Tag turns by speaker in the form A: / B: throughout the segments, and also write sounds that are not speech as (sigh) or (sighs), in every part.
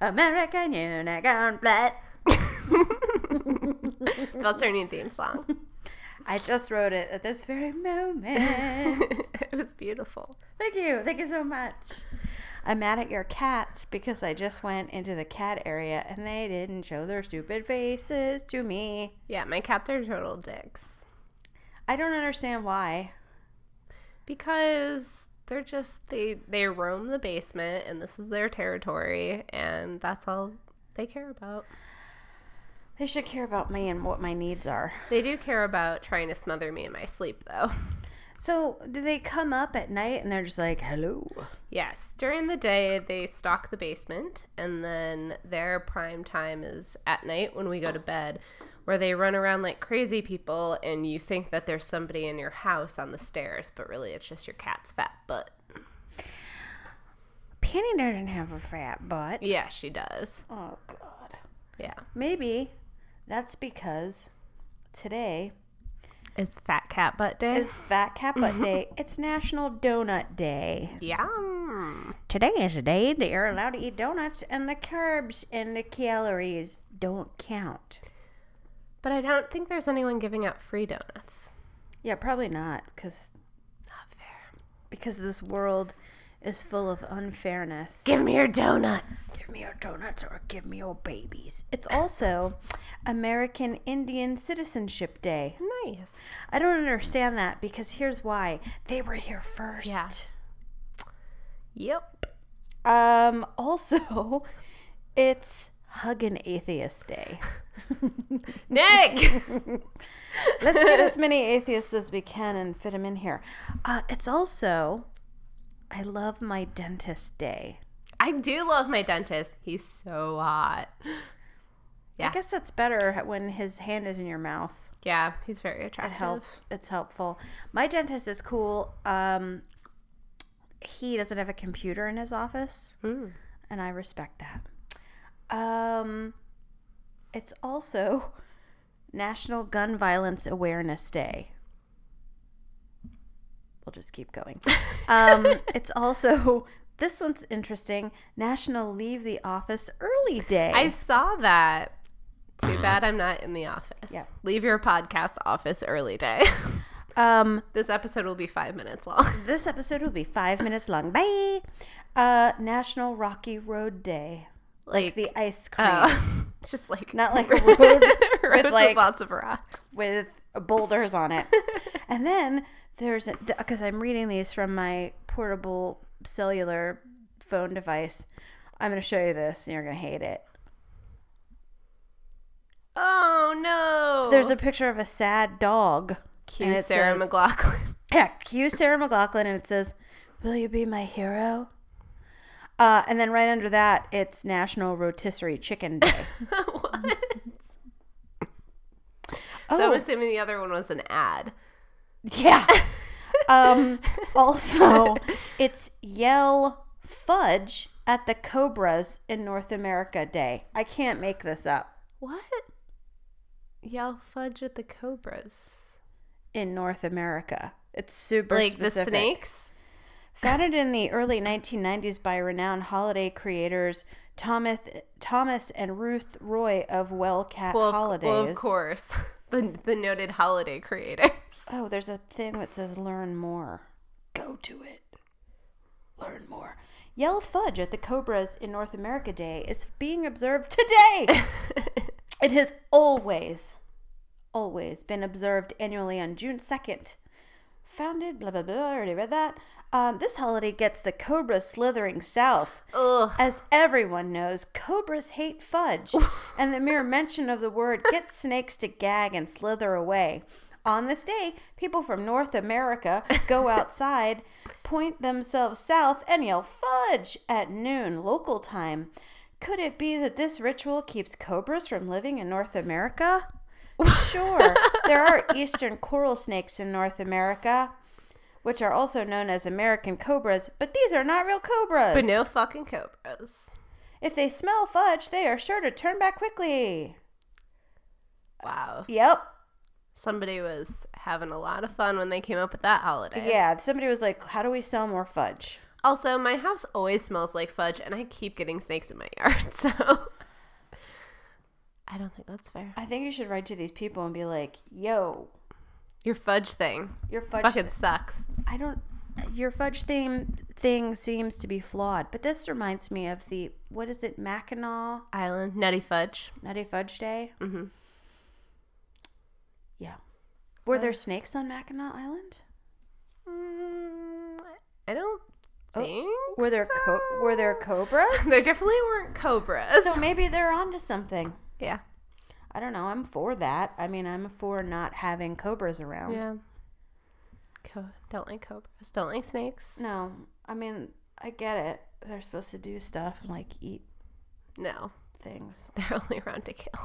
A: American Unicorn
B: That's our new theme song.
A: I just wrote it at this very (laughs) moment.
B: (laughs) it was beautiful.
A: Thank you. Thank you so much. I'm mad at your cats because I just went into the cat area and they didn't show their stupid faces to me.
B: Yeah, my cats are total dicks
A: I don't understand why.
B: because they're just they they roam the basement and this is their territory and that's all they care about.
A: They should care about me and what my needs are.
B: They do care about trying to smother me in my sleep though. (laughs)
A: So, do they come up at night and they're just like, hello?
B: Yes, during the day they stalk the basement, and then their prime time is at night when we go to bed, where they run around like crazy people, and you think that there's somebody in your house on the stairs, but really it's just your cat's fat butt.
A: Penny doesn't have a fat butt.
B: Yeah, she does.
A: Oh, God.
B: Yeah.
A: Maybe that's because today
B: It's Fat Cat Butt Day.
A: is Fat Cat Butt Day. It's National Donut Day.
B: Yum.
A: Today is a day that you're allowed to eat donuts, and the carbs and the calories don't count.
B: But I don't think there's anyone giving out free donuts.
A: Yeah, probably not, because
B: Not fair.
A: because this world is full of unfairness.
B: Give me your donuts.
A: Give me your donuts or give me your babies. It's also American Indian Citizenship Day.
B: Nice.
A: I don't understand that because here's why they were here first.
B: Yeah. Yep.
A: Um, also, (laughs) it's Hug an Atheist Day.
B: Nick!
A: Let's get as many atheists as we can and fit them in here. Uh, it's also, I love my dentist day.
B: I do love my dentist. He's so hot.
A: I
B: Yeah.
A: guess that's better when his hand is in your mouth.
B: Yeah, he's very attractive.
A: Help, it's helpful. My dentist is cool. Um, he doesn't have a computer in his office,
B: Mm.
A: and I respect that. Um, it's also National Gun Violence Awareness Day. We'll just keep
B: (laughs)
A: going. Um, it's also this one's interesting. National Leave the Office Early Day.
B: I saw that. Too bad I'm not in the office.
A: Yeah.
B: Leave your podcast office early day. (laughs)
A: um,
B: this episode will be five minutes long.
A: this episode will be five minutes long. Bye. Uh, National Rocky Road Day.
B: Like,
A: The ice cream
B: (laughs) uh, just like
A: Not like a road
B: (laughs) roads with
A: like-
B: lots of rocks.
A: with boulders on it. and then there's because I'm reading these from my portable cellular phone device. I'm going to show you this, and you're going to hate it.
B: Oh no!
A: There's a picture of a sad dog. and
B: cute
A: it
B: Sarah
A: says-
B: McLaughlin.
A: Yeah, cue Sarah McLaughlin, and it says, "Will you be my hero?" Uh, and then right under that, it's National Rotisserie Chicken Day.
B: (laughs) what? So I'm
A: oh,
B: assuming the other one was an ad. (laughs)
A: yeah. um, also, it's Yell Fudge at the Cobras in North America Day. I can't make this up.
B: What? Y'all fudge at the cobras.
A: In North America, it's super
B: Like
A: specific.
B: the snakes?
A: Founded in the early 1990s by renowned holiday creators Thomas Thomas and Ruth Roy of Well Cat
B: Well, of-
A: Holidays.
B: well, of course. (laughs) The, the noted holiday creators.
A: Oh, there's a thing that says learn more. Go to it. Learn more. Yell Fudge at the Cobras in North America Day is being observed today. it has always, always been observed annually on June 2nd. Founded, blah, blah, blah. I already read that. Um, this holiday gets the cobras slithering south.
B: Ugh.
A: As everyone knows, cobras hate fudge, and the mere mention of the word gets snakes to gag and slither away. On this day, people from North America go outside, point themselves south, and yell fudge at noon local time. Could it be that this ritual keeps cobras from living in North America? Sure, there are eastern coral snakes in North America, which are also known as American cobras, but these are not real cobras.
B: But no fucking cobras.
A: If they smell fudge, they are sure to turn back quickly.
B: Wow.
A: Yep.
B: Somebody was having a lot of fun when they came up with that holiday.
A: Yeah. Somebody was like, How do we sell more fudge?
B: Also, my house always smells like fudge, and I keep getting snakes in my (laughs) yard, so I don't think that's fair.
A: I think you should write to these people and be like, Yo,
B: Your fudge thing
A: your fudge.
B: fucking sucks.
A: I don't. Your fudge theme thing seems to be flawed, but this reminds me of the what is it, Mackinac
B: Island nutty fudge.
A: Nutty Fudge Day?
B: Mm-hmm.
A: Yeah. Were there snakes on Mackinac Island?
B: Mm, I don't think.
A: Oh, Were there co-
B: so.
A: were there (laughs) cobras?
B: (laughs) There definitely
A: (laughs)
B: weren't cobras.
A: so maybe they're onto something.
B: yeah.
A: I don't know. I'm for that. I mean, I'm for not having cobras around.
B: Yeah. Co- don't like cobras. Don't like snakes.
A: No, I mean, I get it. They're supposed to do stuff like eat
B: No. (laughs)
A: things.
B: They're only around to kill.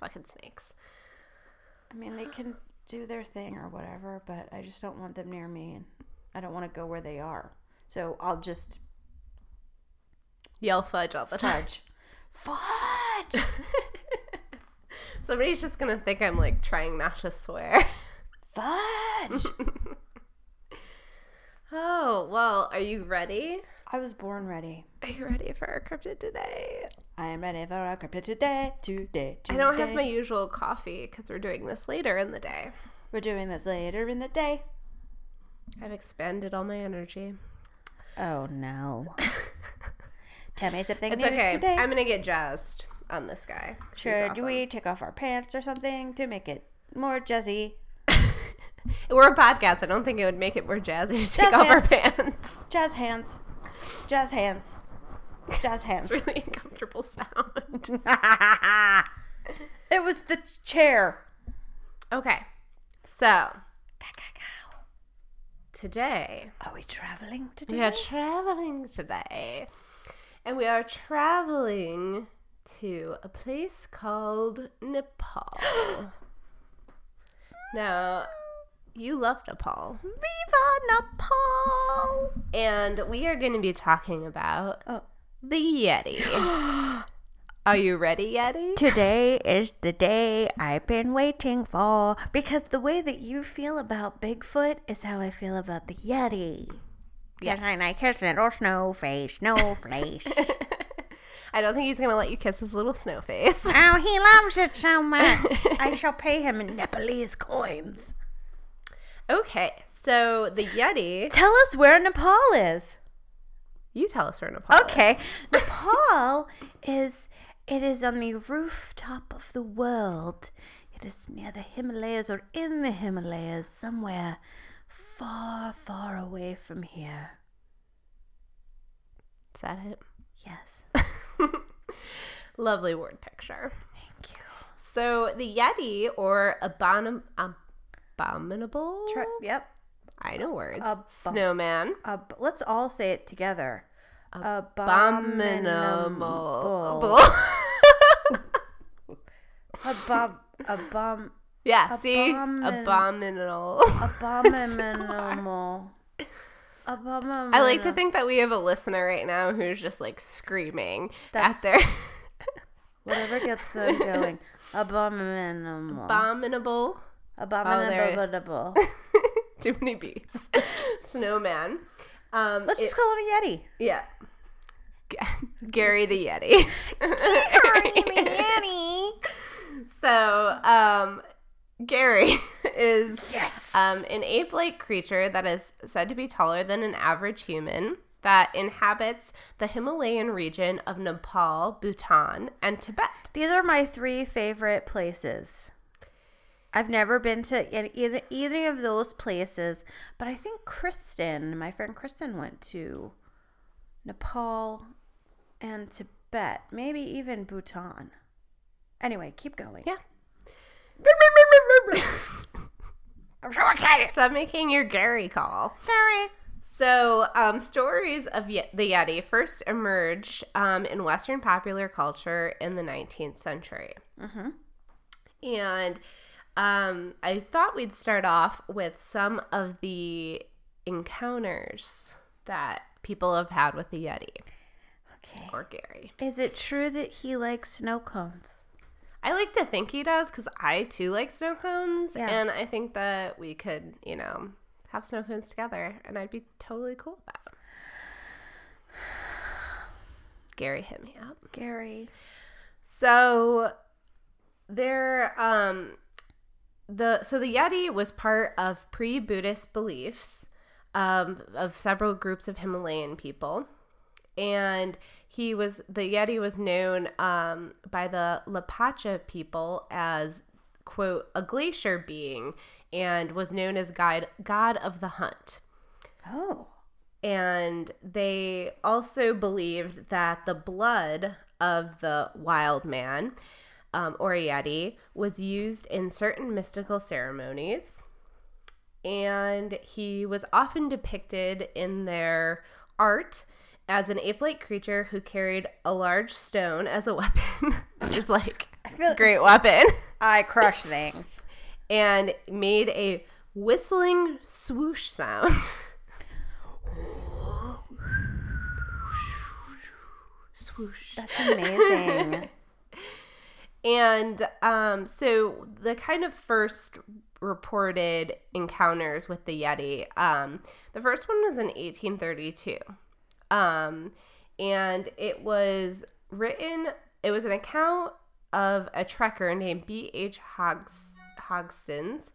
B: Fucking snakes.
A: I mean, they can do their thing or whatever, but I just don't want them near me, and I don't want to go where they are. So I'll
B: (laughs)
A: just
B: Yell fudge all the time.
A: fudge, fudge.
B: Somebody's just gonna think I'm like trying not to swear. (laughs)
A: Fudge!
B: Oh, well, are you ready?
A: I was born ready.
B: Are you ready for our cryptid today?
A: I am ready for our crypto today, today,
B: I
A: today.
B: don't have my usual coffee because we're doing this later in the day.
A: We're doing this later in the day.
B: I've expended all my energy.
A: Oh
B: (laughs)
A: no. Tell me something
B: It's
A: new
B: okay.
A: today.
B: I'm gonna get jazzed on this guy. He's
A: Should
B: awesome.
A: we take off our pants or something to make it more jazzy?
B: We're a podcast. I don't think it would make it more jazzy to take
A: Jazz
B: off our
A: hands.
B: pants. (laughs)
A: Jazz hands. Jazz hands. (laughs) Jazz hands.
B: It's really uncomfortable sound.
A: it was the chair.
B: okay, so today
A: Are we traveling today?
B: we are traveling today, and we are traveling to a place called Nepal. now, you love Nepal.
A: Viva Nepal!
B: And we are going to be talking about
A: Oh.
B: the Yeti. are you ready, Yeti?
A: Today is the day I've been waiting for because the way that you feel about Bigfoot is how I feel about the Yeti.
B: Yes.
A: Yes. I like his little snowface, (laughs) snowface.
B: I don't think he's going to let you kiss his little snow face. (laughs)
A: oh, he loves it so much. I shall pay him (laughs) in Nepalese coins.
B: okay, so the Yeti,
A: Tell us where Nepal is.
B: you tell us where Nepal. is.
A: (laughs) Okay. Nepal is it is on the rooftop of the world. It is near the Himalayas or in the Himalayas somewhere far far away from here.
B: Is that it?
A: Yes.
B: (laughs) Lovely word picture.
A: Thank you.
B: So the Yeti, or abomin- abominable,
A: yep.
B: I know words,
A: Abo-
B: snowman.
A: Ab- let's all say it together.
B: Abominable. (laughs)
A: Abom- (laughs) abom-
B: yeah, see?
A: Abomin-
B: Abominable. (laughs)
A: abominable. Abominable.
B: I like to think that we have a listener right now who's just like screaming
A: That's- (laughs)
B: at their (laughs)
A: Whatever gets them (laughs) going. Abominable.
B: abominable. (laughs)
A: Abominable.
B: Too many bees. (laughs) Snowman. Um,
A: Let's
B: it-
A: just call him a Yeti.
B: yeah. G- (laughs) Gary
A: (laughs)
B: the Yeti.
A: Yeti.
B: so, um, Gary (laughs)
A: (laughs)
B: is
A: Yes.
B: um, an ape like creature that is said to be taller than an average human that inhabits the Himalayan region of Nepal, Bhutan, and Tibet.
A: These are my three favorite places. I've never been to an- either either of those places, but I think Kristen, my friend Kristen, went to Nepal and Tibet, maybe even Bhutan. Anyway, keep going.
B: Yeah.
A: (laughs) I'm so excited.
B: So I'm making your Gary call.
A: Sorry.
B: So, um, stories of Ye- the Yeti first emerged um, in Western popular culture in the 19th century. And um, I thought we'd start off with some of the encounters that people have had with the Yeti.
A: Okay.
B: poor Gary.
A: Is it true that he likes snow cones?
B: I like to think he does because I too like snow cones,
A: Yeah.
B: and I think that we could, you know, have snow cones together, and I'd be totally cool with that. (sighs) Gary hit me up.
A: Gary.
B: So there um the so the Yeti was part of pre-Buddhist beliefs um of several groups of Himalayan people. And he was the Yeti was known um by the Lapacha people as quote a glacier being and was known as guide god of the hunt
A: Oh.
B: and they also believed that the blood of the wild man um, or yeti was used in certain mystical ceremonies and he was often depicted in their art as an ape-like creature who carried a large stone as a (laughs) weapon which is like it's
A: feel-
B: a great weapon (laughs)
A: I crush things.
B: and made a whistling swoosh sound (laughs) swoosh
A: That's amazing.
B: And um, so the kind of first reported encounters with the Yeti, um, the first one was in 1832. Um, and it was written, it was an account of a trekker named B.H. Hogs- Hogston's.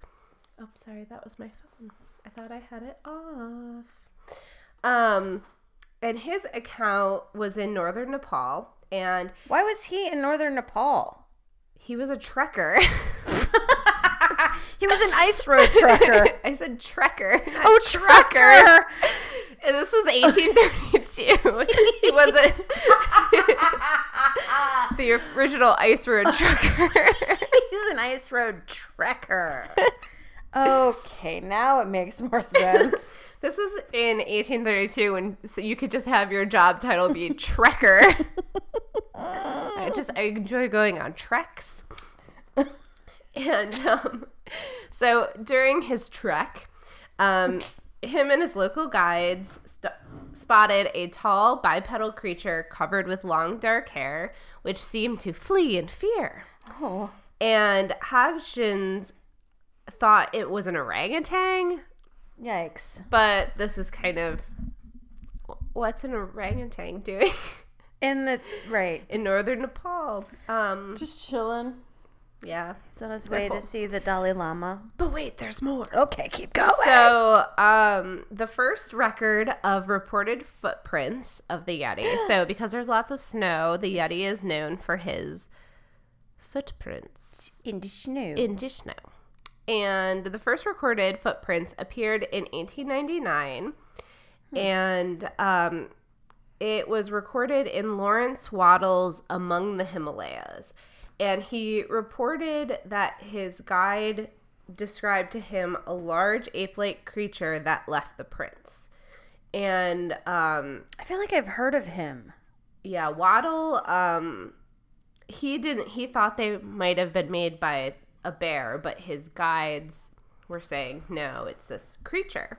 B: Oh, sorry, that was my phone. I thought I had it off. Um, and his account was in northern Nepal, and
A: (laughs) Why was he in northern Nepal?
B: he was a trekker. (laughs)
A: He was an ice road (laughs) trucker.
B: I said trekker. not
A: oh,
B: trekker.
A: trucker.
B: And this was 1832. (laughs) he wasn't the original ice road trucker.
A: (laughs)
B: (laughs)
A: He's an ice road trekker. okay, now it makes more sense.
B: this was in 1832 when so you could just have your job title be trekker. I just I enjoy going on treks. And um, so during his trek, um, him and his local guides st- spotted a tall bipedal creature covered with long dark hair, which seemed to flee in fear.
A: (laughs) Oh.
B: And Hodgins thought it was an orangutan,
A: Yikes.
B: but this is kind of what's an orangutan doing (laughs)
A: In the right.
B: in northern Nepal? Um,
A: Just chilling.
B: yeah.
A: It's on his way to see the Dalai Lama.
B: But wait, there's more.
A: Okay, keep going.
B: Oh, So, um, the first record of reported footprints of the Yeti. (gasps) so, because there's lots of snow, the Yeti is known for his footprints
A: in the snow.
B: in the snow. And the first recorded footprints appeared in 1899, and um, it was recorded in Lawrence Waddell's Among the Himalayas. And he reported that his guide described to him a large ape like creature that left the prints. And um,
A: I feel like I've heard of him.
B: yeah, Waddle, um, he didn't, he thought they might have been made by a bear, but his guides were saying, no, it's this creature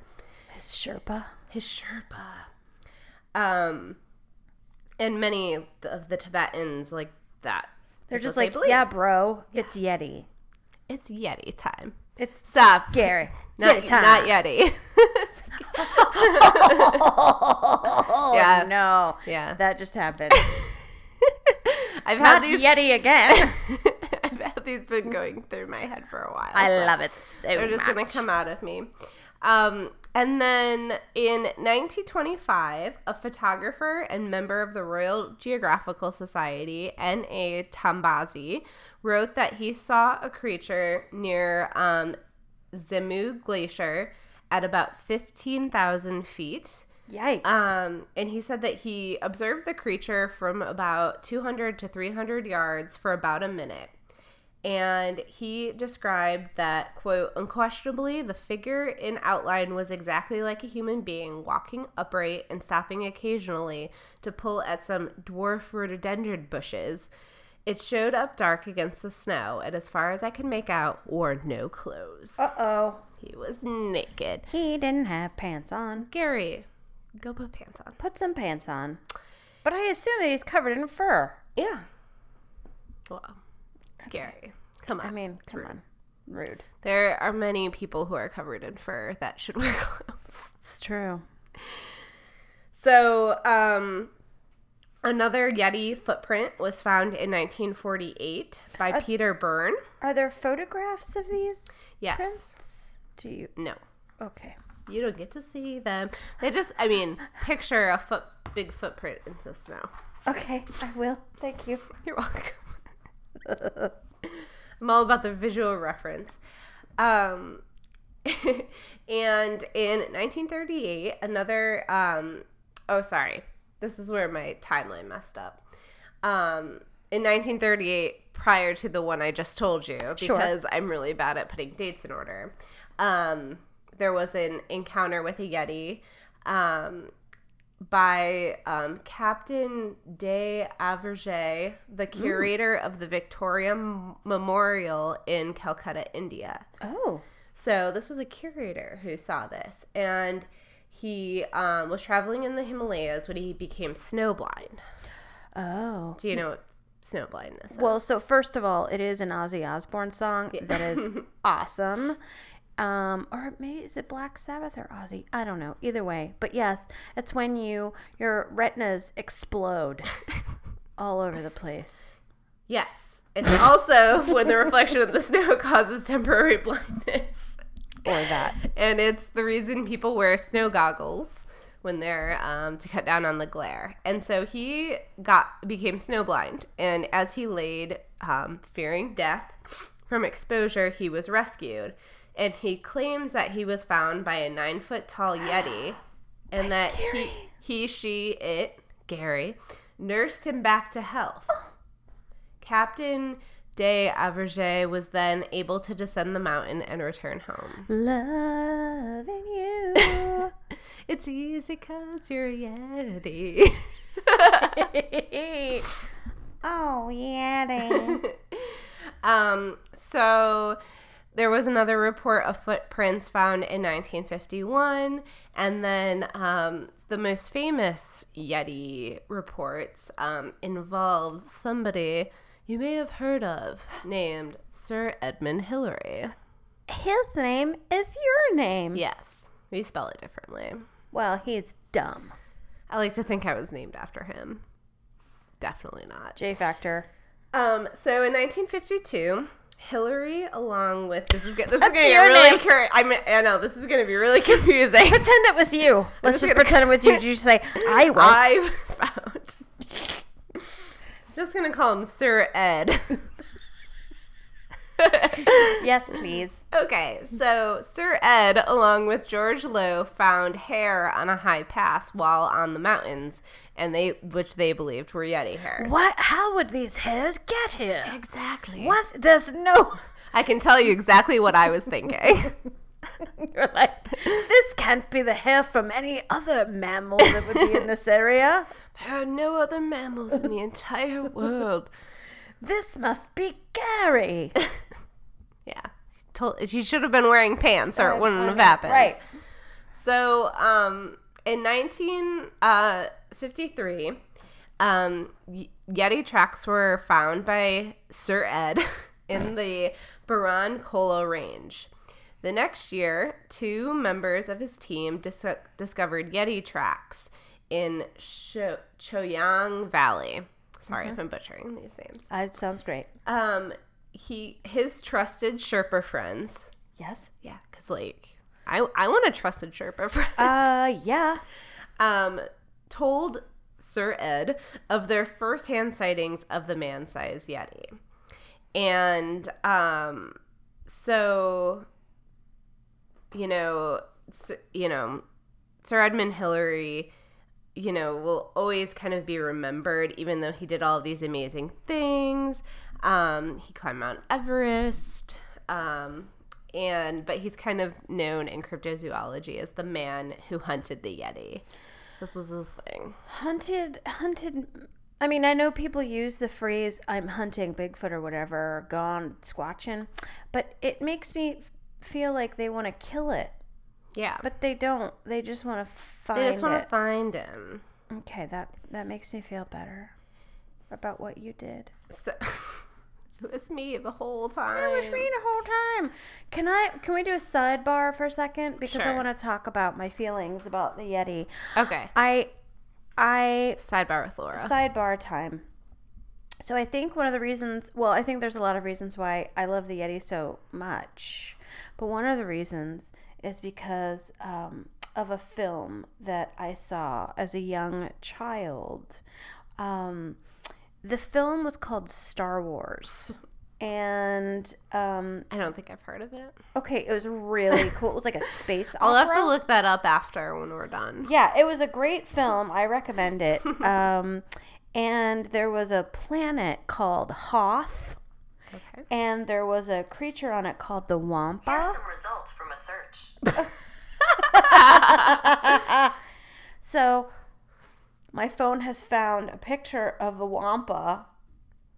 A: His Sherpa.
B: his Sherpa. Um, and many of the Tibetans like that.
A: They're
B: is
A: just
B: what they
A: like,
B: believe.
A: yeah, bro, it's Yeti.
B: it's Yeti time.
A: It's (laughs)
B: Stop,
A: Gary.
B: not,
A: Yeti time.
B: not Yeti.
A: Oh,
B: Yeah.
A: no.
B: (laughs) yeah,
A: That just
B: (laughs)
A: happened.
B: I've had
A: Not
B: these.
A: Yeti again.
B: (laughs) I've had these been going through my head for a while.
A: (laughs) I
B: so
A: love it so
B: They're just gonna
A: much.
B: come out of me. Um, and then in 1925, a photographer and member of the Royal Geographical Society, N.A. Tambazi, wrote that he saw a creature near um, Zemu Glacier at about 15,000 feet.
A: Yikes.
B: Um, and he said that he observed the creature from about 200 to 300 yards for about a minute. And he described that, quote, unquestionably, the figure in outline was exactly like a human being, walking upright and stopping occasionally to pull at some dwarf rhododendron bushes. It showed up dark against the snow, and as far as I could make out, wore no clothes.
A: uh oh.
B: He was naked.
A: He didn't have pants on.
B: Gary, go put pants on.
A: Put some pants on. But I assume that he's covered in fur.
B: Yeah. Well, Gary, come on.
A: I mean, come on. Rude.
B: there are many people who are covered in fur that should wear (laughs) clothes.
A: It's true.
B: So, um, another Yeti footprint was found in 1948 by Peter Byrne.
A: Are there photographs of these?
B: Yes.
A: prints? Do you?
B: No,
A: Okay.
B: you don't get to see them. They just, I mean, picture a foot, big footprint in the snow.
A: Okay, I will. Thank you.
B: (laughs) You're welcome. (laughs) I'm all about the visual reference. Um, (laughs) and in 1938, another. Um, oh, sorry. This is where my timeline messed up. Um, in 1938, prior to the one I just told you, because I'm really bad at putting dates in order, um, there was an encounter with a Yeti. Um, by um, Captain de Averge, the curator of the Victoria M- Memorial in Calcutta, India.
A: Oh.
B: So this was a curator who saw this, and he um, was traveling in the Himalayas when he became snowblind.
A: Oh.
B: Do you know what snowblindness is?
A: Well, so first of all, it is an Ozzy Osbourne song that (laughs) is awesome. Um, or maybe is it Black Sabbath or Ozzy? I don't know. Either way, but yes, it's when you your retinas (laughs) explode all over the place.
B: Yes. It's also (laughs) when the reflection of the snow (laughs) causes temporary blindness.
A: Or that.
B: and it's the reason people wear snow goggles when they're um, to cut down on the glare. And so he got became snowblind, and as he laid um, fearing death from exposure, he was rescued. And he claims that he was found by a nine foot tall yeti, and that he he she it Gary nursed him back to health. Captain de Averge was then able to descend the mountain and return home.
A: Loving you.
B: It's easy because you're a Yeti.
A: (laughs) oh, yeah.
B: um, (laughs) so there was another report of footprints found in 1951. And then um, the most famous Yeti reports um, involves somebody you may have heard of named Sir Edmund Hillary.
A: His name is your name.
B: Yes, we spell it differently.
A: Well, he's dumb.
B: I like to think I was named after him. Definitely not.
A: J (coughs) Factor.
B: Um, so in 1952, Hillary, along with this is go- this is gonna
A: That's
B: be
A: your
B: really
A: name.
B: cur- I mean, I know this is gonna be
A: (laughs)
B: really (laughs) confusing.
A: Pretend it was you. Let's
B: just
A: just pretend it was you. Did you (laughs) say I was?
B: I found. (laughs) Just gonna call him Sir Ed. (laughs)
A: yes, please.
B: okay, so Sir Ed, along with George Lowe, found hair on a high pass while on the mountains, and they, which they believed were Yeti hairs.
A: What? How would these hairs get here?
B: Exactly.
A: What? There's no. (laughs)
B: I can tell you exactly what I was thinking.
A: You're like, this can't be the hair from any other mammal that would be in this (laughs) area.
B: There are no other mammals in the entire (laughs) world.
A: This must be Gary.
B: Yeah. She Told, she should have been wearing pants or it wouldn't have
A: know,
B: happened.
A: right.
B: So, um, in 1953, um, Y- Yeti tracks were found by Sir Ed (laughs) in the Baran Kolo Range. The next year, two members of his team dis- discovered Yeti tracks in Sho- Choyang Valley. Sorry if I'm butchering these names.
A: Uh, it sounds great.
B: Um, he his trusted Sherpa friends.
A: Yes.
B: Yeah, cause like I I want a trusted Sherpa friend.
A: Uh, yeah.
B: (laughs) um, told Sir Ed of their firsthand sightings of the man-sized Yeti, and um, so you know, s- you know, Sir Edmund Hillary, you know, will always kind of be remembered, even though he did all these amazing things. Um, he climbed Mount Everest, um, and but he's kind of known in cryptozoology as the man who hunted the Yeti. This was his thing.
A: Hunted, hunted. I mean, I know people use the phrase "I'm hunting Bigfoot" or whatever, or gone squatching, but it makes me feel like they want to kill it,
B: Yeah, but
A: but they don't. They just want to find
B: they just want
A: it.
B: to find him.
A: Okay, that that makes me feel better about what you did.
B: So (laughs) it was me the whole time.
A: It was me the whole time. Can I? Can we do a sidebar for a second? Because I
B: Sure.
A: want to talk about my feelings about the Yeti.
B: Okay.
A: I, I
B: Sidebar with Laura.
A: sidebar time. So I think one of the reasons, well, I think there's a lot of reasons why I love the Yeti so much, but one of the reasons is because um, of a film that I saw as a young child. Um, the film was called Star Wars, and um,
B: I don't think I've heard of it.
A: okay, it was really cool. It was like a space.
B: (laughs) I'll have
A: opera.
B: to look that up after when we're done.
A: Yeah, it was a great film. I recommend it. Um, and there was a planet called Hoth,
B: Okay.
A: and there was a creature on it called the
C: Here are
A: Wampa.
C: some results from a search.
A: So my phone has found a picture of the Wampa,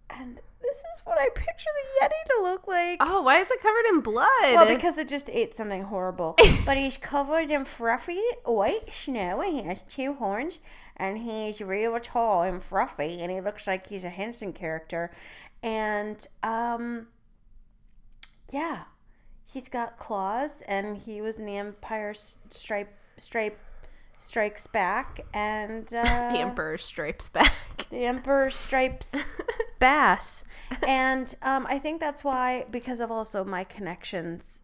A: and this is what I picture the Yeti to look like.
B: Oh, why is it covered in blood?
A: Well, because it just ate something horrible. but he's covered in fluffy white snow, and he has two horns, and he's real tall and fluffy, and he looks like he's a Henson character. And um, yeah, he's got claws, and he was in the Empire S- Stripe Stripe Strikes Back, and uh,
B: the Emperor Stripes (laughs) Back.
A: the Emperor
B: (laughs)
A: Stripes Bass. and um, I think that's why, because of also my connections,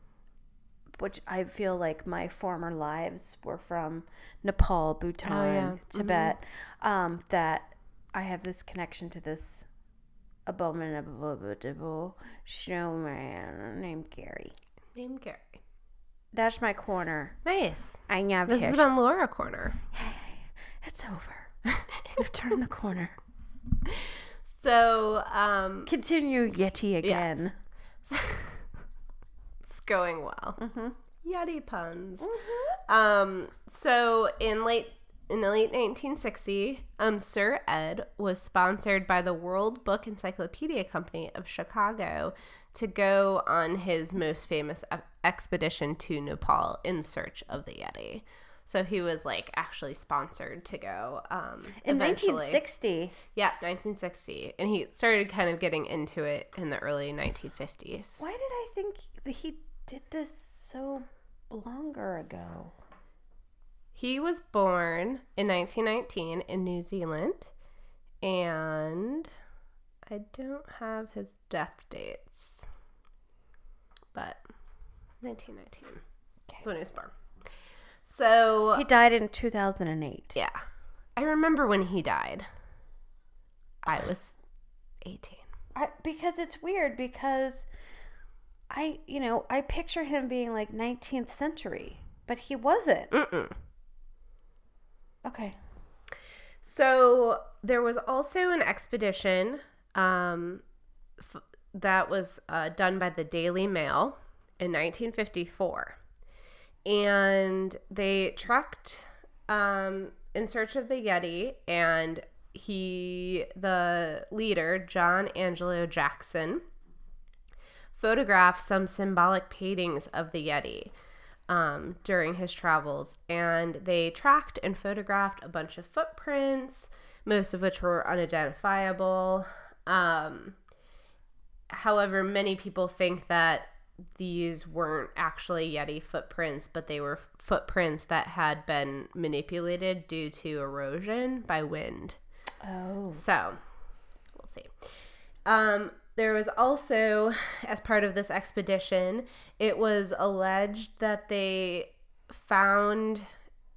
A: which I feel like my former lives were from Nepal, Bhutan,
B: Oh,
A: Tibet,
B: Mm-hmm.
A: um, that I have this connection to this abominable snowman named Gary.
B: Name Gary.
A: That's my corner.
B: Nice.
A: I have
B: This
A: his-
B: is on Laura Corner.
A: It's over. We've turned the
B: (laughs)
A: corner.
B: So, um, (laughs)
A: Continue Yeti again.
B: it's going well. Yeti puns. Um, so in late in the late 1960, um, Sir Ed was sponsored by the World Book Encyclopedia Company of Chicago to go on his most famous e- expedition to Nepal in search of the Yeti. So he was like actually sponsored to go. Um,
A: In
B: eventually.
A: 1960.
B: yeah, 1960, and he started kind of getting into it in the early 1950s.
A: Why did I think that he did this so longer ago?
B: He was born in 1919 in New Zealand, and I don't have his death dates, but 1919. That's when he was born. So,
A: He died in 2008.
B: yeah, I remember when he died. I was 18.
A: I, because it's weird because I, you know, I picture him being like 19th century, but he wasn't.
B: Mm-mm.
A: Okay.
B: So there was also an expedition um, f- that was uh, done by the Daily Mail in 1954, and they trekked um, in search of the Yeti, and he, the leader, John Angelo Jackson, photographed some symbolic paintings of the Yeti um, during his travels, and they tracked and photographed a bunch of footprints, most of which were unidentifiable. Um, however, many people think that these weren't actually Yeti footprints, but they were footprints that had been manipulated due to erosion by wind.
A: Oh.
B: So we'll see. Um, there was also, as part of this expedition, it was alleged that they found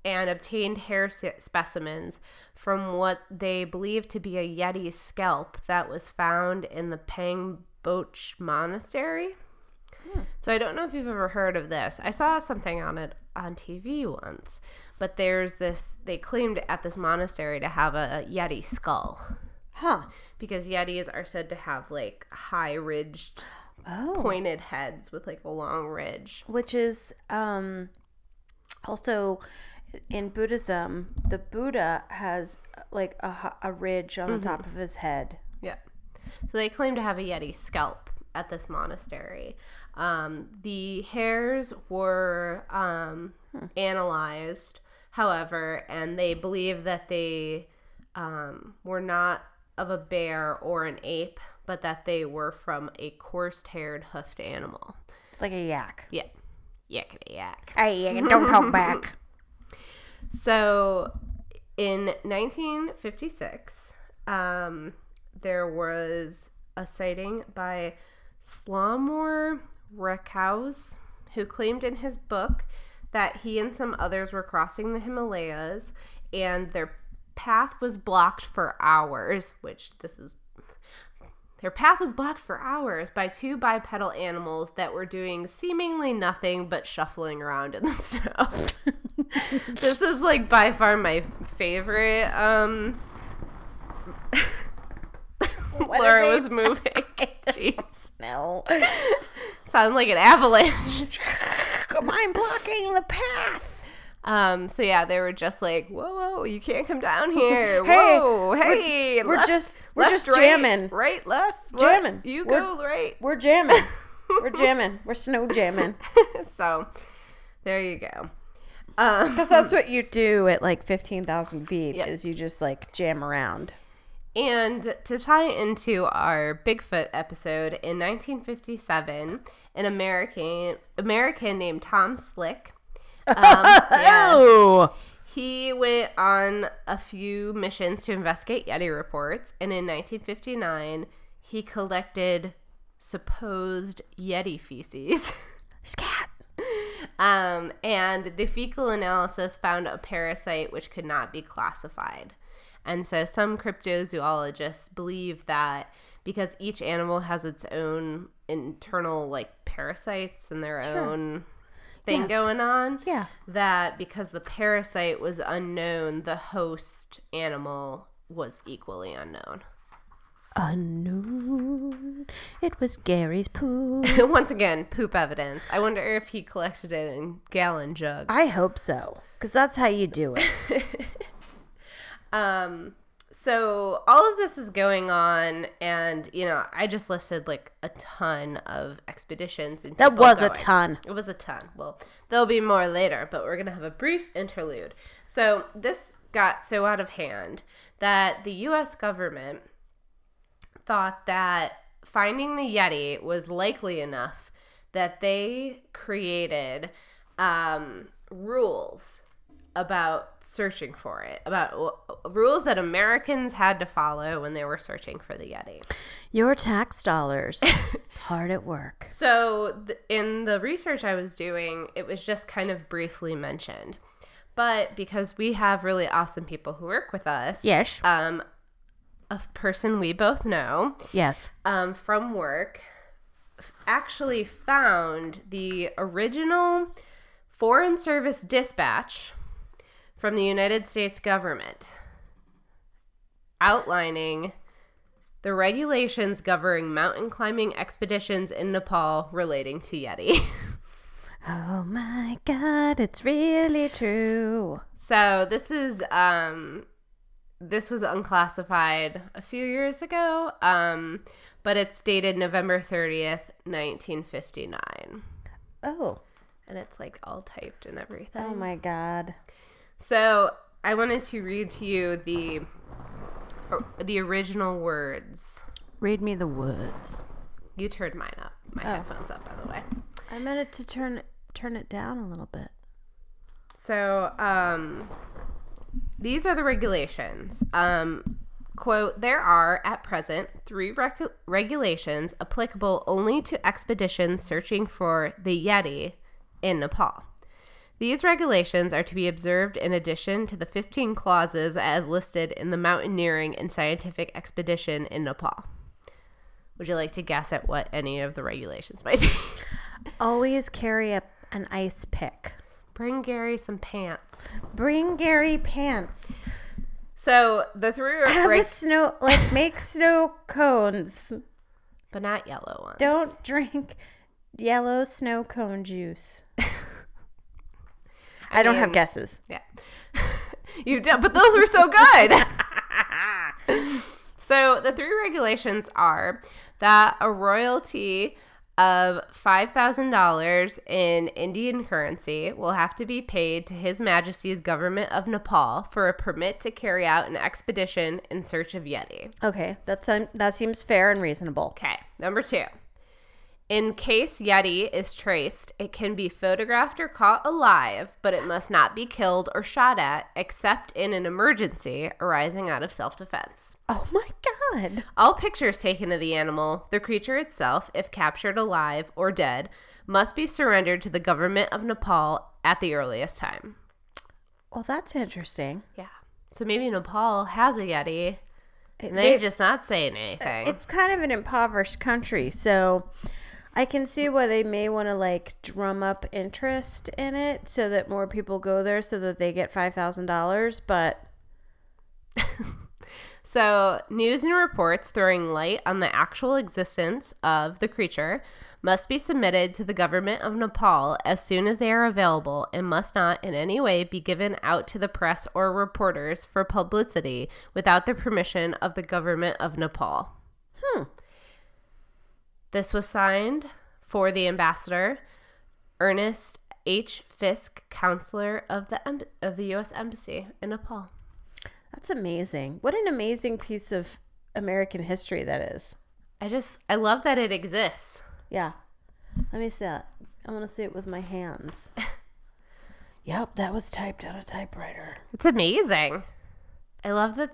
B: and obtained hair se- specimens from what they believed to be a Yeti scalp that was found in the Pang Boch Monastery. So I don't know if you've ever heard of this. I saw something on it on TV once, but there's this. They claimed at this monastery to have a yeti skull
A: Huh.
B: because yetis are said to have like high ridged,
A: Oh.
B: pointed heads with like a long ridge.
A: Which is um also in Buddhism, the Buddha has like a, h- a ridge
B: Mm-hmm.
A: on the top of his head.
B: Yeah. So they claim to have a Yeti scalp at this monastery. Um, the hairs were um, analyzed. however, and they believe that they um, were not of a bear or an ape, but that they were from a coarse-haired hoofed animal.
A: Like a yak.
B: Yeah, yakety yak.
A: Hey, don't talk back.
B: So, in 1956, um, there was a sighting by Slomor Rekhaus, who claimed in his book that he and some others were crossing the Himalayas and their path was blocked for hours, which this is. Their path was blocked for hours by two bipedal animals that were doing seemingly nothing but shuffling around in the (laughs)
A: (laughs)
B: snow. this is like by far my favorite. Um,
A: What are
B: Laura
A: they- (laughs)
B: was moving. Jeez,
A: (laughs) No. (laughs)
B: sound like an avalanche.
A: I'm blocking the path.
B: Um, so yeah, they were just like, whoa, whoa, you can't
A: (laughs)
B: come down here.
A: Hey,
B: whoa, hey,
A: We're
B: left-
A: just we're
B: left,
A: just
B: right,
A: jamming.
B: right, left, what?
A: Jamming.
B: You
A: We're-
B: go right.
A: We're jamming. We're jamming. We're snow (laughs) jamming.
B: so, there you go. Um,
A: Because that's what you do at like 15,000 feet
B: Yep.
A: is you just like jam around.
B: And to tie into our Bigfoot episode, in 1957, an American American named Tom Slick,
A: Oh!
B: he went on a few missions to investigate Yeti reports, and in 1959, he collected supposed Yeti feces. (laughs)
A: Scat.
B: Um, and the fecal analysis found a parasite which could not be classified. And so some cryptozoologists believe that because each animal has its own internal like parasites and their own thing
A: Yes.
B: going on,
A: Yeah.
B: that because the parasite was unknown, the host animal was equally unknown. (laughs)
A: Unknown. It was Gary's poo.
B: Once again, poop evidence. I wonder if he collected it in gallon jugs.
A: I hope so. Because that's how you do it.
B: Um, so all of this is going on, and you know, I just listed like a ton of expeditions.
A: (laughs)
B: And
A: That
B: people
A: was a
B: going.
A: ton.
B: It was a ton. Well, there'll be more later, but we're gonna have a brief interlude. So this got so out of hand that the U.S. government thought that finding the Yeti was likely enough that they created um, rules about searching for it, about w- rules that Americans had to follow when they were searching for the Yeti.
A: Your tax (laughs) dollars. Hard at work.
B: So, th- in the research I was doing, it was just kind of briefly mentioned. But because we have really awesome people who work with us,
A: Yes.
B: um, a person we both know,
A: Yes.
B: um, from work f- actually found the original Foreign Service dispatch from the United States government outlining the regulations governing mountain climbing expeditions in Nepal relating to Yeti. (laughs)
A: Oh my God. It's really true.
B: so this is um this was unclassified a few years ago, um, but it's dated November 30th, 1959.
A: Oh.
B: and it's like all typed and everything.
A: Oh my God.
B: So I wanted to read to you the or- the original words.
A: Read me the words.
B: You turned mine up. My headphones up, by the way.
A: I meant it to turn turn it down a little bit.
B: So, um, these are the regulations. Um, quote, there are at present three rec- regulations applicable only to expeditions searching for the Yeti in Nepal. These regulations are to be observed in addition to the 15 clauses as listed in the Mountaineering and Scientific Expedition in Nepal. Would you like to guess at what any of the regulations might be? (laughs)
A: Always carry a, an ice pick.
B: Bring Gary some pants.
A: Bring Gary pants.
B: So the three are
A: Have a snow like make snow cones.
B: but not yellow ones.
A: Don't drink yellow snow cone juice. (laughs) Um, I, don't have
B: mean-
A: guesses.
B: Yeah, (laughs) you don't. But those were so good. so the three regulations are that a royalty of $5,000 in Indian currency will have to be paid to His Majesty's government of Nepal for a permit to carry out an expedition in search of Yeti.
A: Okay, that's um, that seems fair and reasonable.
B: Okay, number two. In case Yeti is traced, it can be photographed or caught alive, but it must not be killed or shot at except in an emergency arising out of self defense.
A: Oh my god.
B: All pictures taken of the animal, the creature itself, if captured alive or dead, must be surrendered to the government of Nepal at the earliest time.
A: Well, that's interesting.
B: Yeah. So maybe Nepal has a Yeti and
A: They-
B: they're just not saying anything.
A: it's kind of an impoverished country, so I can see why they may want to like drum up interest in it so that more people go there so that they get $5,000, but
B: So, news and reports throwing light on the actual existence of the creature must be submitted to the government of Nepal as soon as they are available and must not in any way be given out to the press or reporters for publicity without the permission of the government of Nepal.
A: hmm.
B: This was signed for the ambassador, Ernest H. Fisk, counselor of the em- of the U.S. Embassy in Nepal.
A: That's amazing. What an amazing piece of American history that is.
B: I just I love that it exists.
A: Yeah. Let me see that. I want to see it with my (laughs) hands. yep, that was typed on a typewriter.
B: It's amazing. I love that.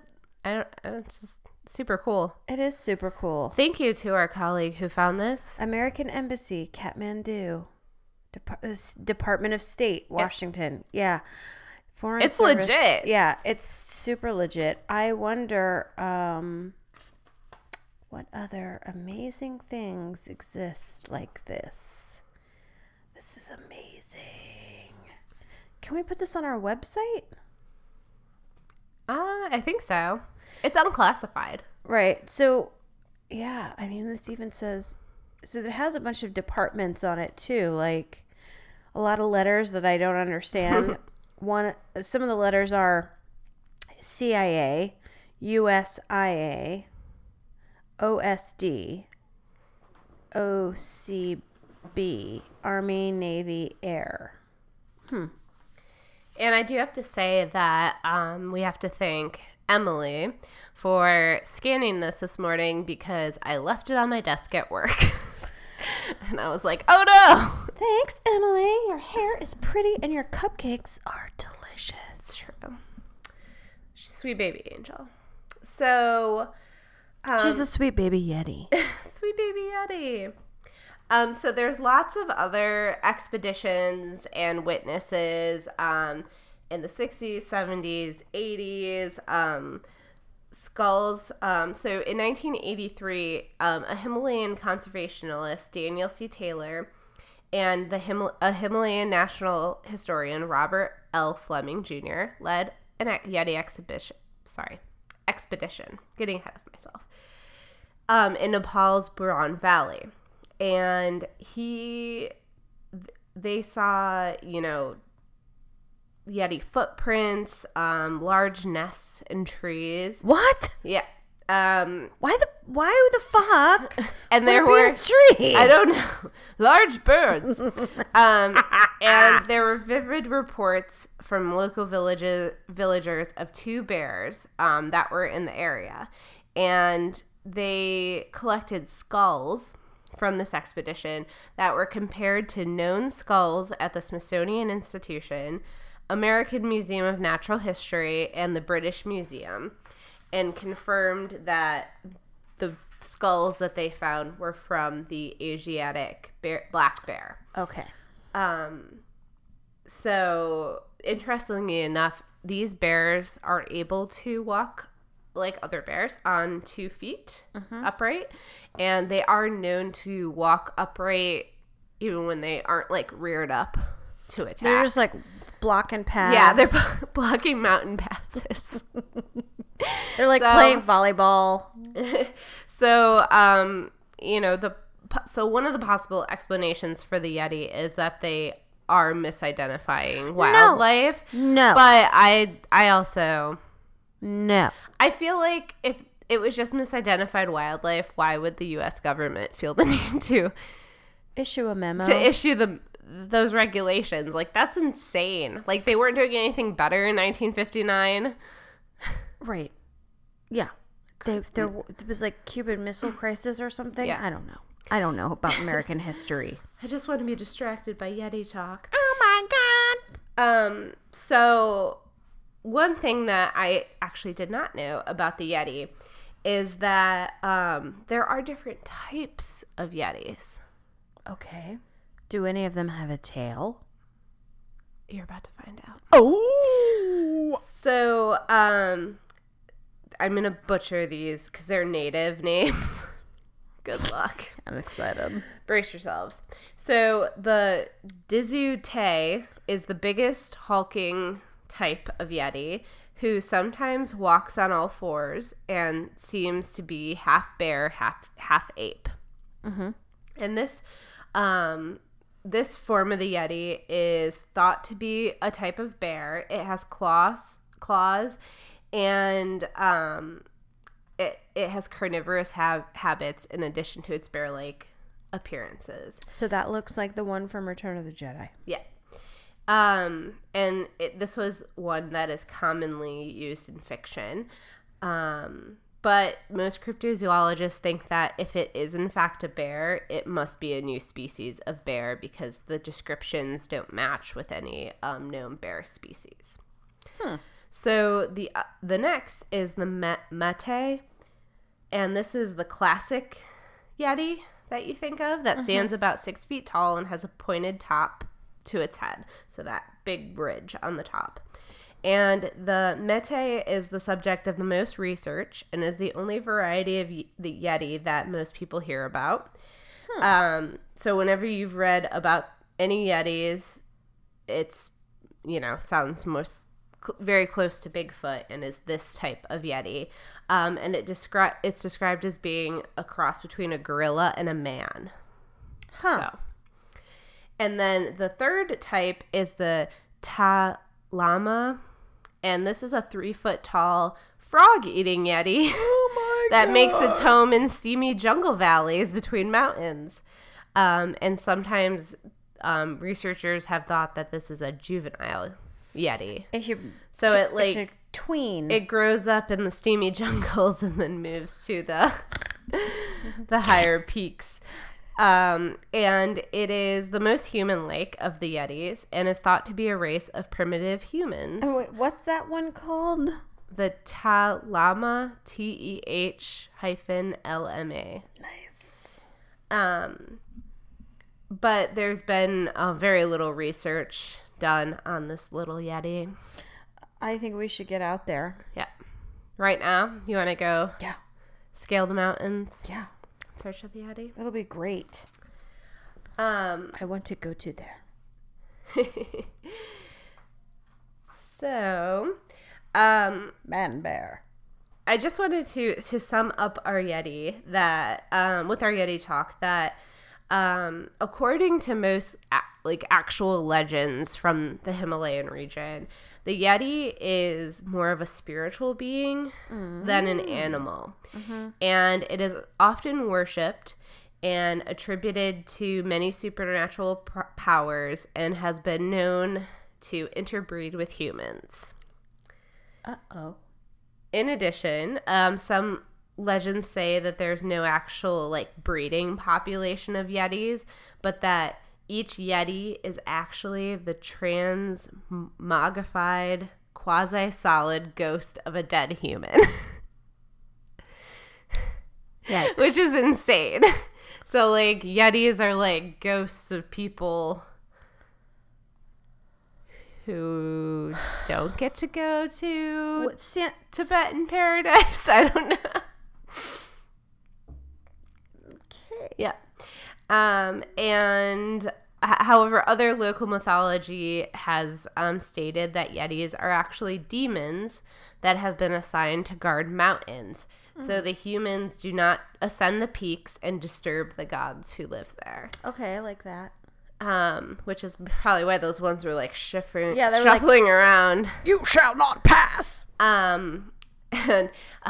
B: I don't. I don't- It's just super cool.
A: It is super cool.
B: Thank you to our colleague who found this.
A: American Embassy, Kathmandu, Depar- uh, S- Department of State, Washington. yeah, foreign.
B: It's
A: Service-
B: legit.
A: Yeah, it's super legit. I wonder um, what other amazing things exist like this. This is amazing. Can we put this on our website?
B: Ah, I think so. It's unclassified.
A: Right. So, yeah, I mean, this even says so it has a bunch of departments on it too, like a lot of letters that I don't (laughs) understand. One, some of the letters are CIA, USIA, OSD, OCB, Army, Navy, Air.
B: And I do have to say that um, we have to thank Emily for scanning this this morning because I left it on my desk at work. (laughs) and I was like, oh no!
A: Thanks, Emily. Your hair is pretty and your cupcakes are delicious.
B: It's true. She's a sweet baby angel. So. Um,
A: She's a sweet baby Yeti. (laughs)
B: (laughs) Sweet baby Yeti. Um, so there's lots of other expeditions and witnesses um, in the 60s, 70s, 80s. Um, skulls. Um, so in 1983, um, a Himalayan conservationist, Daniel C. Taylor, and the Himal- a Himalayan national historian, Robert L. Fleming Jr., led an ex- Yeti exhibition. Sorry, expedition. Getting ahead of myself um, in Nepal's Buran Valley. And he, th- they saw, you know, Yeti footprints, um, large nests in trees.
A: What?
B: Yeah. Um,
A: Why the why the (laughs) fuck?
B: and
A: There
B: there
A: be
B: were,
A: a tree.
B: I don't know, (laughs) large birds. um, and there were vivid reports from local villages, villagers of two bears um, that were in the area. And they collected skulls from this expedition that were compared to known skulls at the Smithsonian Institution, American Museum of Natural History, and the British Museum, and confirmed that the skulls that they found were from the Asiatic bear, black bear.
A: okay.
B: Um, so interestingly enough, these bears are able to walk like other bears on two feet upright, and they are known to walk upright even when they aren't like reared up to attack.
A: They're just like blocking paths.
B: yeah, they're (laughs) blo- blocking mountain passes.
A: (laughs) they're like
B: so-
A: playing volleyball.
B: so um you know the po- so one of the possible explanations for the yeti is that they are misidentifying wildlife
A: No.
B: but i i also
A: no.
B: i feel like if it was just misidentified wildlife why would the us government feel the (laughs) need to
A: issue a memo.
B: to issue the those regulations. Like that's insane. Like they weren't doing anything better in 1959.
A: right. Yeah. They, there, w- there was like Cuban Missile Crisis or something.
B: Yeah.
A: I don't know. I don't know about American history.
B: I just want to be distracted by Yeti talk.
A: Oh my God.
B: Um, so one thing that I actually did not know about the Yeti is that um, there are different types of Yetis.
A: Okay. Do any of them have a tail?
B: You're about to find out.
A: Oh.
B: So um, I'm gonna butcher these because they're native names. (laughs) Good luck.
A: I'm excited.
B: Brace yourselves. So the Dizute is the biggest hulking type of Yeti who sometimes walks on all fours and seems to be half bear, half half ape. And this um this form of the Yeti is thought to be a type of bear. It has claws claws and um it, it has carnivorous hab- habits in addition to its bear like appearances.
A: So that looks like the one from Return of the Jedi.
B: Yeah. Um, and it, this was one that is commonly used in fiction. Um, but most cryptozoologists think that if it is in fact a bear, it must be a new species of bear because the descriptions don't match with any um, known bear species. So the uh, the next is the ma- mate, and this is the classic yeti that you think of that stands about six feet tall and has a pointed top to its head, so that big ridge on the top. And the mete is the subject of the most research and is the only variety of y- the yeti that most people hear about. Um, so whenever you've read about any yetis, it's you know sounds most cl- very close to Bigfoot and is this type of yeti, um, and it descri- it's described as being a cross between a gorilla and a man.
A: Huh.
B: So, and then the third type is the talama, and this is a three foot tall frog eating yeti.
A: Oh
B: (laughs) that makes its home in steamy jungle valleys between mountains. Um, and sometimes um, researchers have thought that this is a juvenile yeti.
A: It should.
B: So it
A: it
B: like
A: should tween.
B: it grows up in the steamy (laughs) jungles and then moves to the (laughs) the higher peaks. Um, and it is the most human-like of the Yetis and is thought to be a race of primitive humans.
A: Oh, wait, what's that one called?
B: The Talama, T E H hyphen L M A.
A: Nice.
B: Um, but there's been uh, very little research done on this little Yeti.
A: I think we should get out there.
B: Yeah. Right now, you want to go
A: Yeah.
B: scale the mountains
A: Yeah.
B: in search of the Yeti?
A: It'll be great.
B: Um,
A: I want to go to there.
B: so, um,
A: Man bear.
B: I just wanted to to sum up our Yeti that um, with our Yeti talk that um, according to most a- like actual legends from the Himalayan region, the Yeti is more of a spiritual being than an animal, and it is often worshipped and attributed to many supernatural pr- powers and has been known to interbreed with humans.
A: Uh oh.
B: In addition, um, some legends say that there's no actual like breeding population of yetis, but that each yeti is actually the transmogrified quasi-solid ghost of a dead human, (laughs)
A: Yeah.
B: which is insane. So like yetis are like ghosts of people who don't get to go to
A: What stand?
B: Tibetan paradise. (laughs) I don't know. Yeah. Um, and h- however, other local mythology has um, stated that Yetis are actually demons that have been assigned to guard mountains. So the humans do not ascend the peaks and disturb the gods who live there,
A: Okay, I like that.
B: um, which is probably why those ones were like shifting,
A: Yeah, they were like-
B: shuffling around.
A: You shall not pass.
B: Um, (laughs) and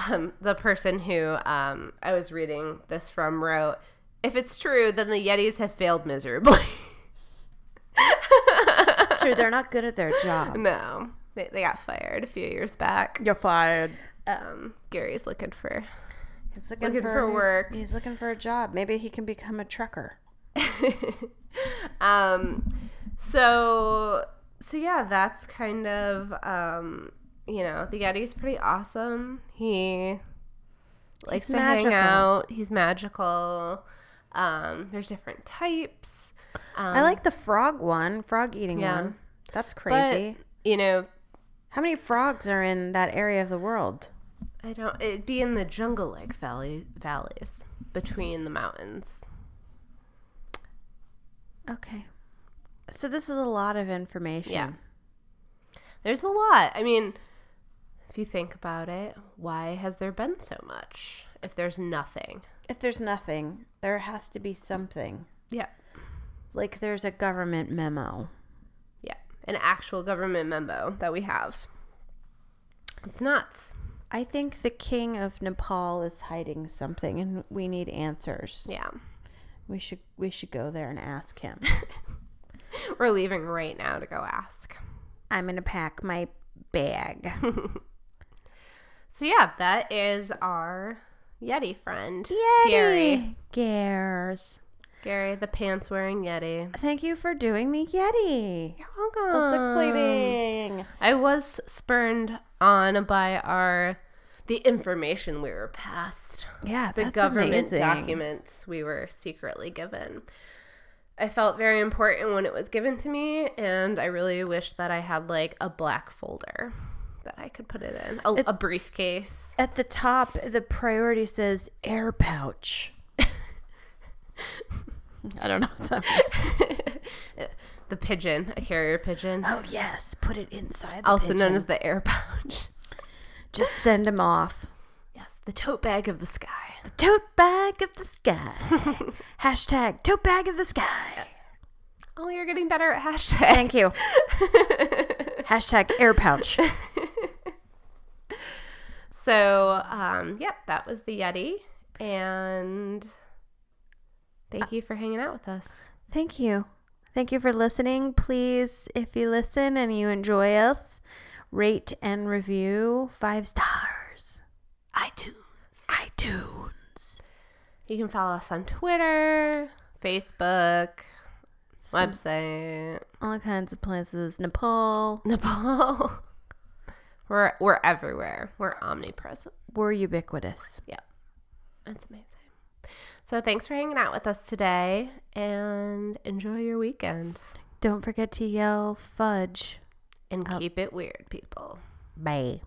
B: um, the person who um, I was reading this from wrote, If it's true, then the Yetis have failed miserably. (laughs)
A: Sure, they're not good at their job.
B: no, they, they got fired a few years back.
A: (laughs) You're fired.
B: Um, Gary's looking for.
A: He's looking,
B: Looking
A: for,
B: for work.
A: He's looking for a job. Maybe he can become a trucker.
B: um, so so yeah, that's kind of um, you know the Yeti's pretty awesome. He likes
A: He's
B: to
A: magical.
B: hang out. He's magical. Um, there's different types. Um,
A: I like the frog one, frog eating
B: Yeah.
A: one. That's
B: but,
A: crazy.
B: you know,
A: How many frogs are in that area of the world?
B: I don't. It'd be in the jungle-like valley valleys between the mountains.
A: Okay. So this is a lot of information.
B: Yeah. There's a lot. I mean, if you think about it, why has there been so much? If there's nothing.
A: If there's nothing, there has to be something.
B: Yeah.
A: Like there's a government memo.
B: Yeah, an actual government memo that we have. It's nuts.
A: I think the king of Nepal is hiding something and we need answers.
B: Yeah.
A: We should we should go there and ask him.
B: We're leaving right now to go ask.
A: (laughs) I'm going to pack my bag.
B: So, yeah, that is our Yeti friend. Gary.
A: Yeti. Gares.
B: Gary, the pants wearing Yeti.
A: Thank you for doing the Yeti.
B: You're
A: Public
B: welcome.
A: plating.
B: I was spurned on by our the information we were passed.
A: Yeah,
B: the
A: that's
B: government
A: amazing.
B: documents we were secretly given. I felt very important when it was given to me, and I really wish that I had like a black folder that I could put it in, a, a briefcase.
A: At the top, the priority says air pouch. (laughs) I don't know. What that means.
B: The pigeon, a carrier pigeon,
A: Oh yes, put it inside. The
B: also
A: pigeon.
B: known as the air pouch.
A: just send him off.
B: Yes, the tote bag of the sky.
A: Tote bag of the (laughs) sky. Hashtag tote bag of the sky.
B: Oh, you're getting better at hashtag.
A: Thank (laughs) you. Hashtag air pouch.
B: So, um, yep, that was the Yeti, and thank you for hanging out with us.
A: Thank you. Thank you for listening. Please, if you listen and you enjoy us, rate and review five stars.
B: iTunes.
A: iTunes.
B: You can follow us on Twitter, Facebook, website, (laughs)
A: All kinds of places. Nepal.
B: Nepal. we're we're everywhere. We're omnipresent.
A: We're ubiquitous.
B: Yep. That's amazing. So thanks for hanging out with us today and enjoy your weekend.
A: Don't forget to yell fudge.
B: And keep it weird, people.
A: Bye.